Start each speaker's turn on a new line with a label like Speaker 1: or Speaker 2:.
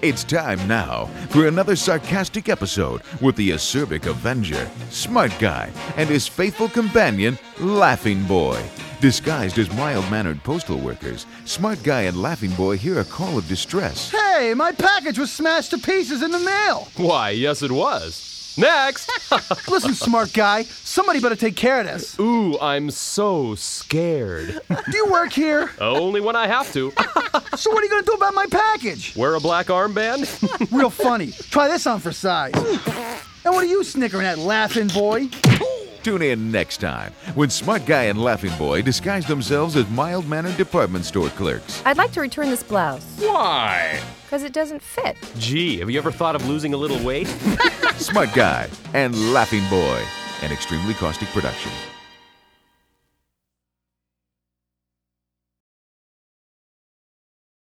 Speaker 1: It's time now for another sarcastic episode with the acerbic Avenger, Smart Guy, and his faithful companion, Laughing Boy. Disguised as mild mannered postal workers, Smart Guy and Laughing Boy hear a call of distress.
Speaker 2: Hey, my package was smashed to pieces in the mail.
Speaker 3: Why, yes, it was. Next!
Speaker 2: Listen, smart guy, somebody better take care of this.
Speaker 3: Ooh, I'm so scared.
Speaker 2: Do you work here?
Speaker 3: Only when I have to.
Speaker 2: So what are you gonna do about my package?
Speaker 3: Wear a black armband?
Speaker 2: Real funny. Try this on for size. And what are you snickering at, laughing boy?
Speaker 1: Tune in next time when Smart Guy and Laughing Boy disguise themselves as mild mannered department store clerks.
Speaker 4: I'd like to return this blouse
Speaker 3: Why?
Speaker 4: because it doesn't fit.
Speaker 3: Gee, have you ever thought of losing a little weight?
Speaker 1: Smart Guy and Laughing Boy, an extremely caustic production.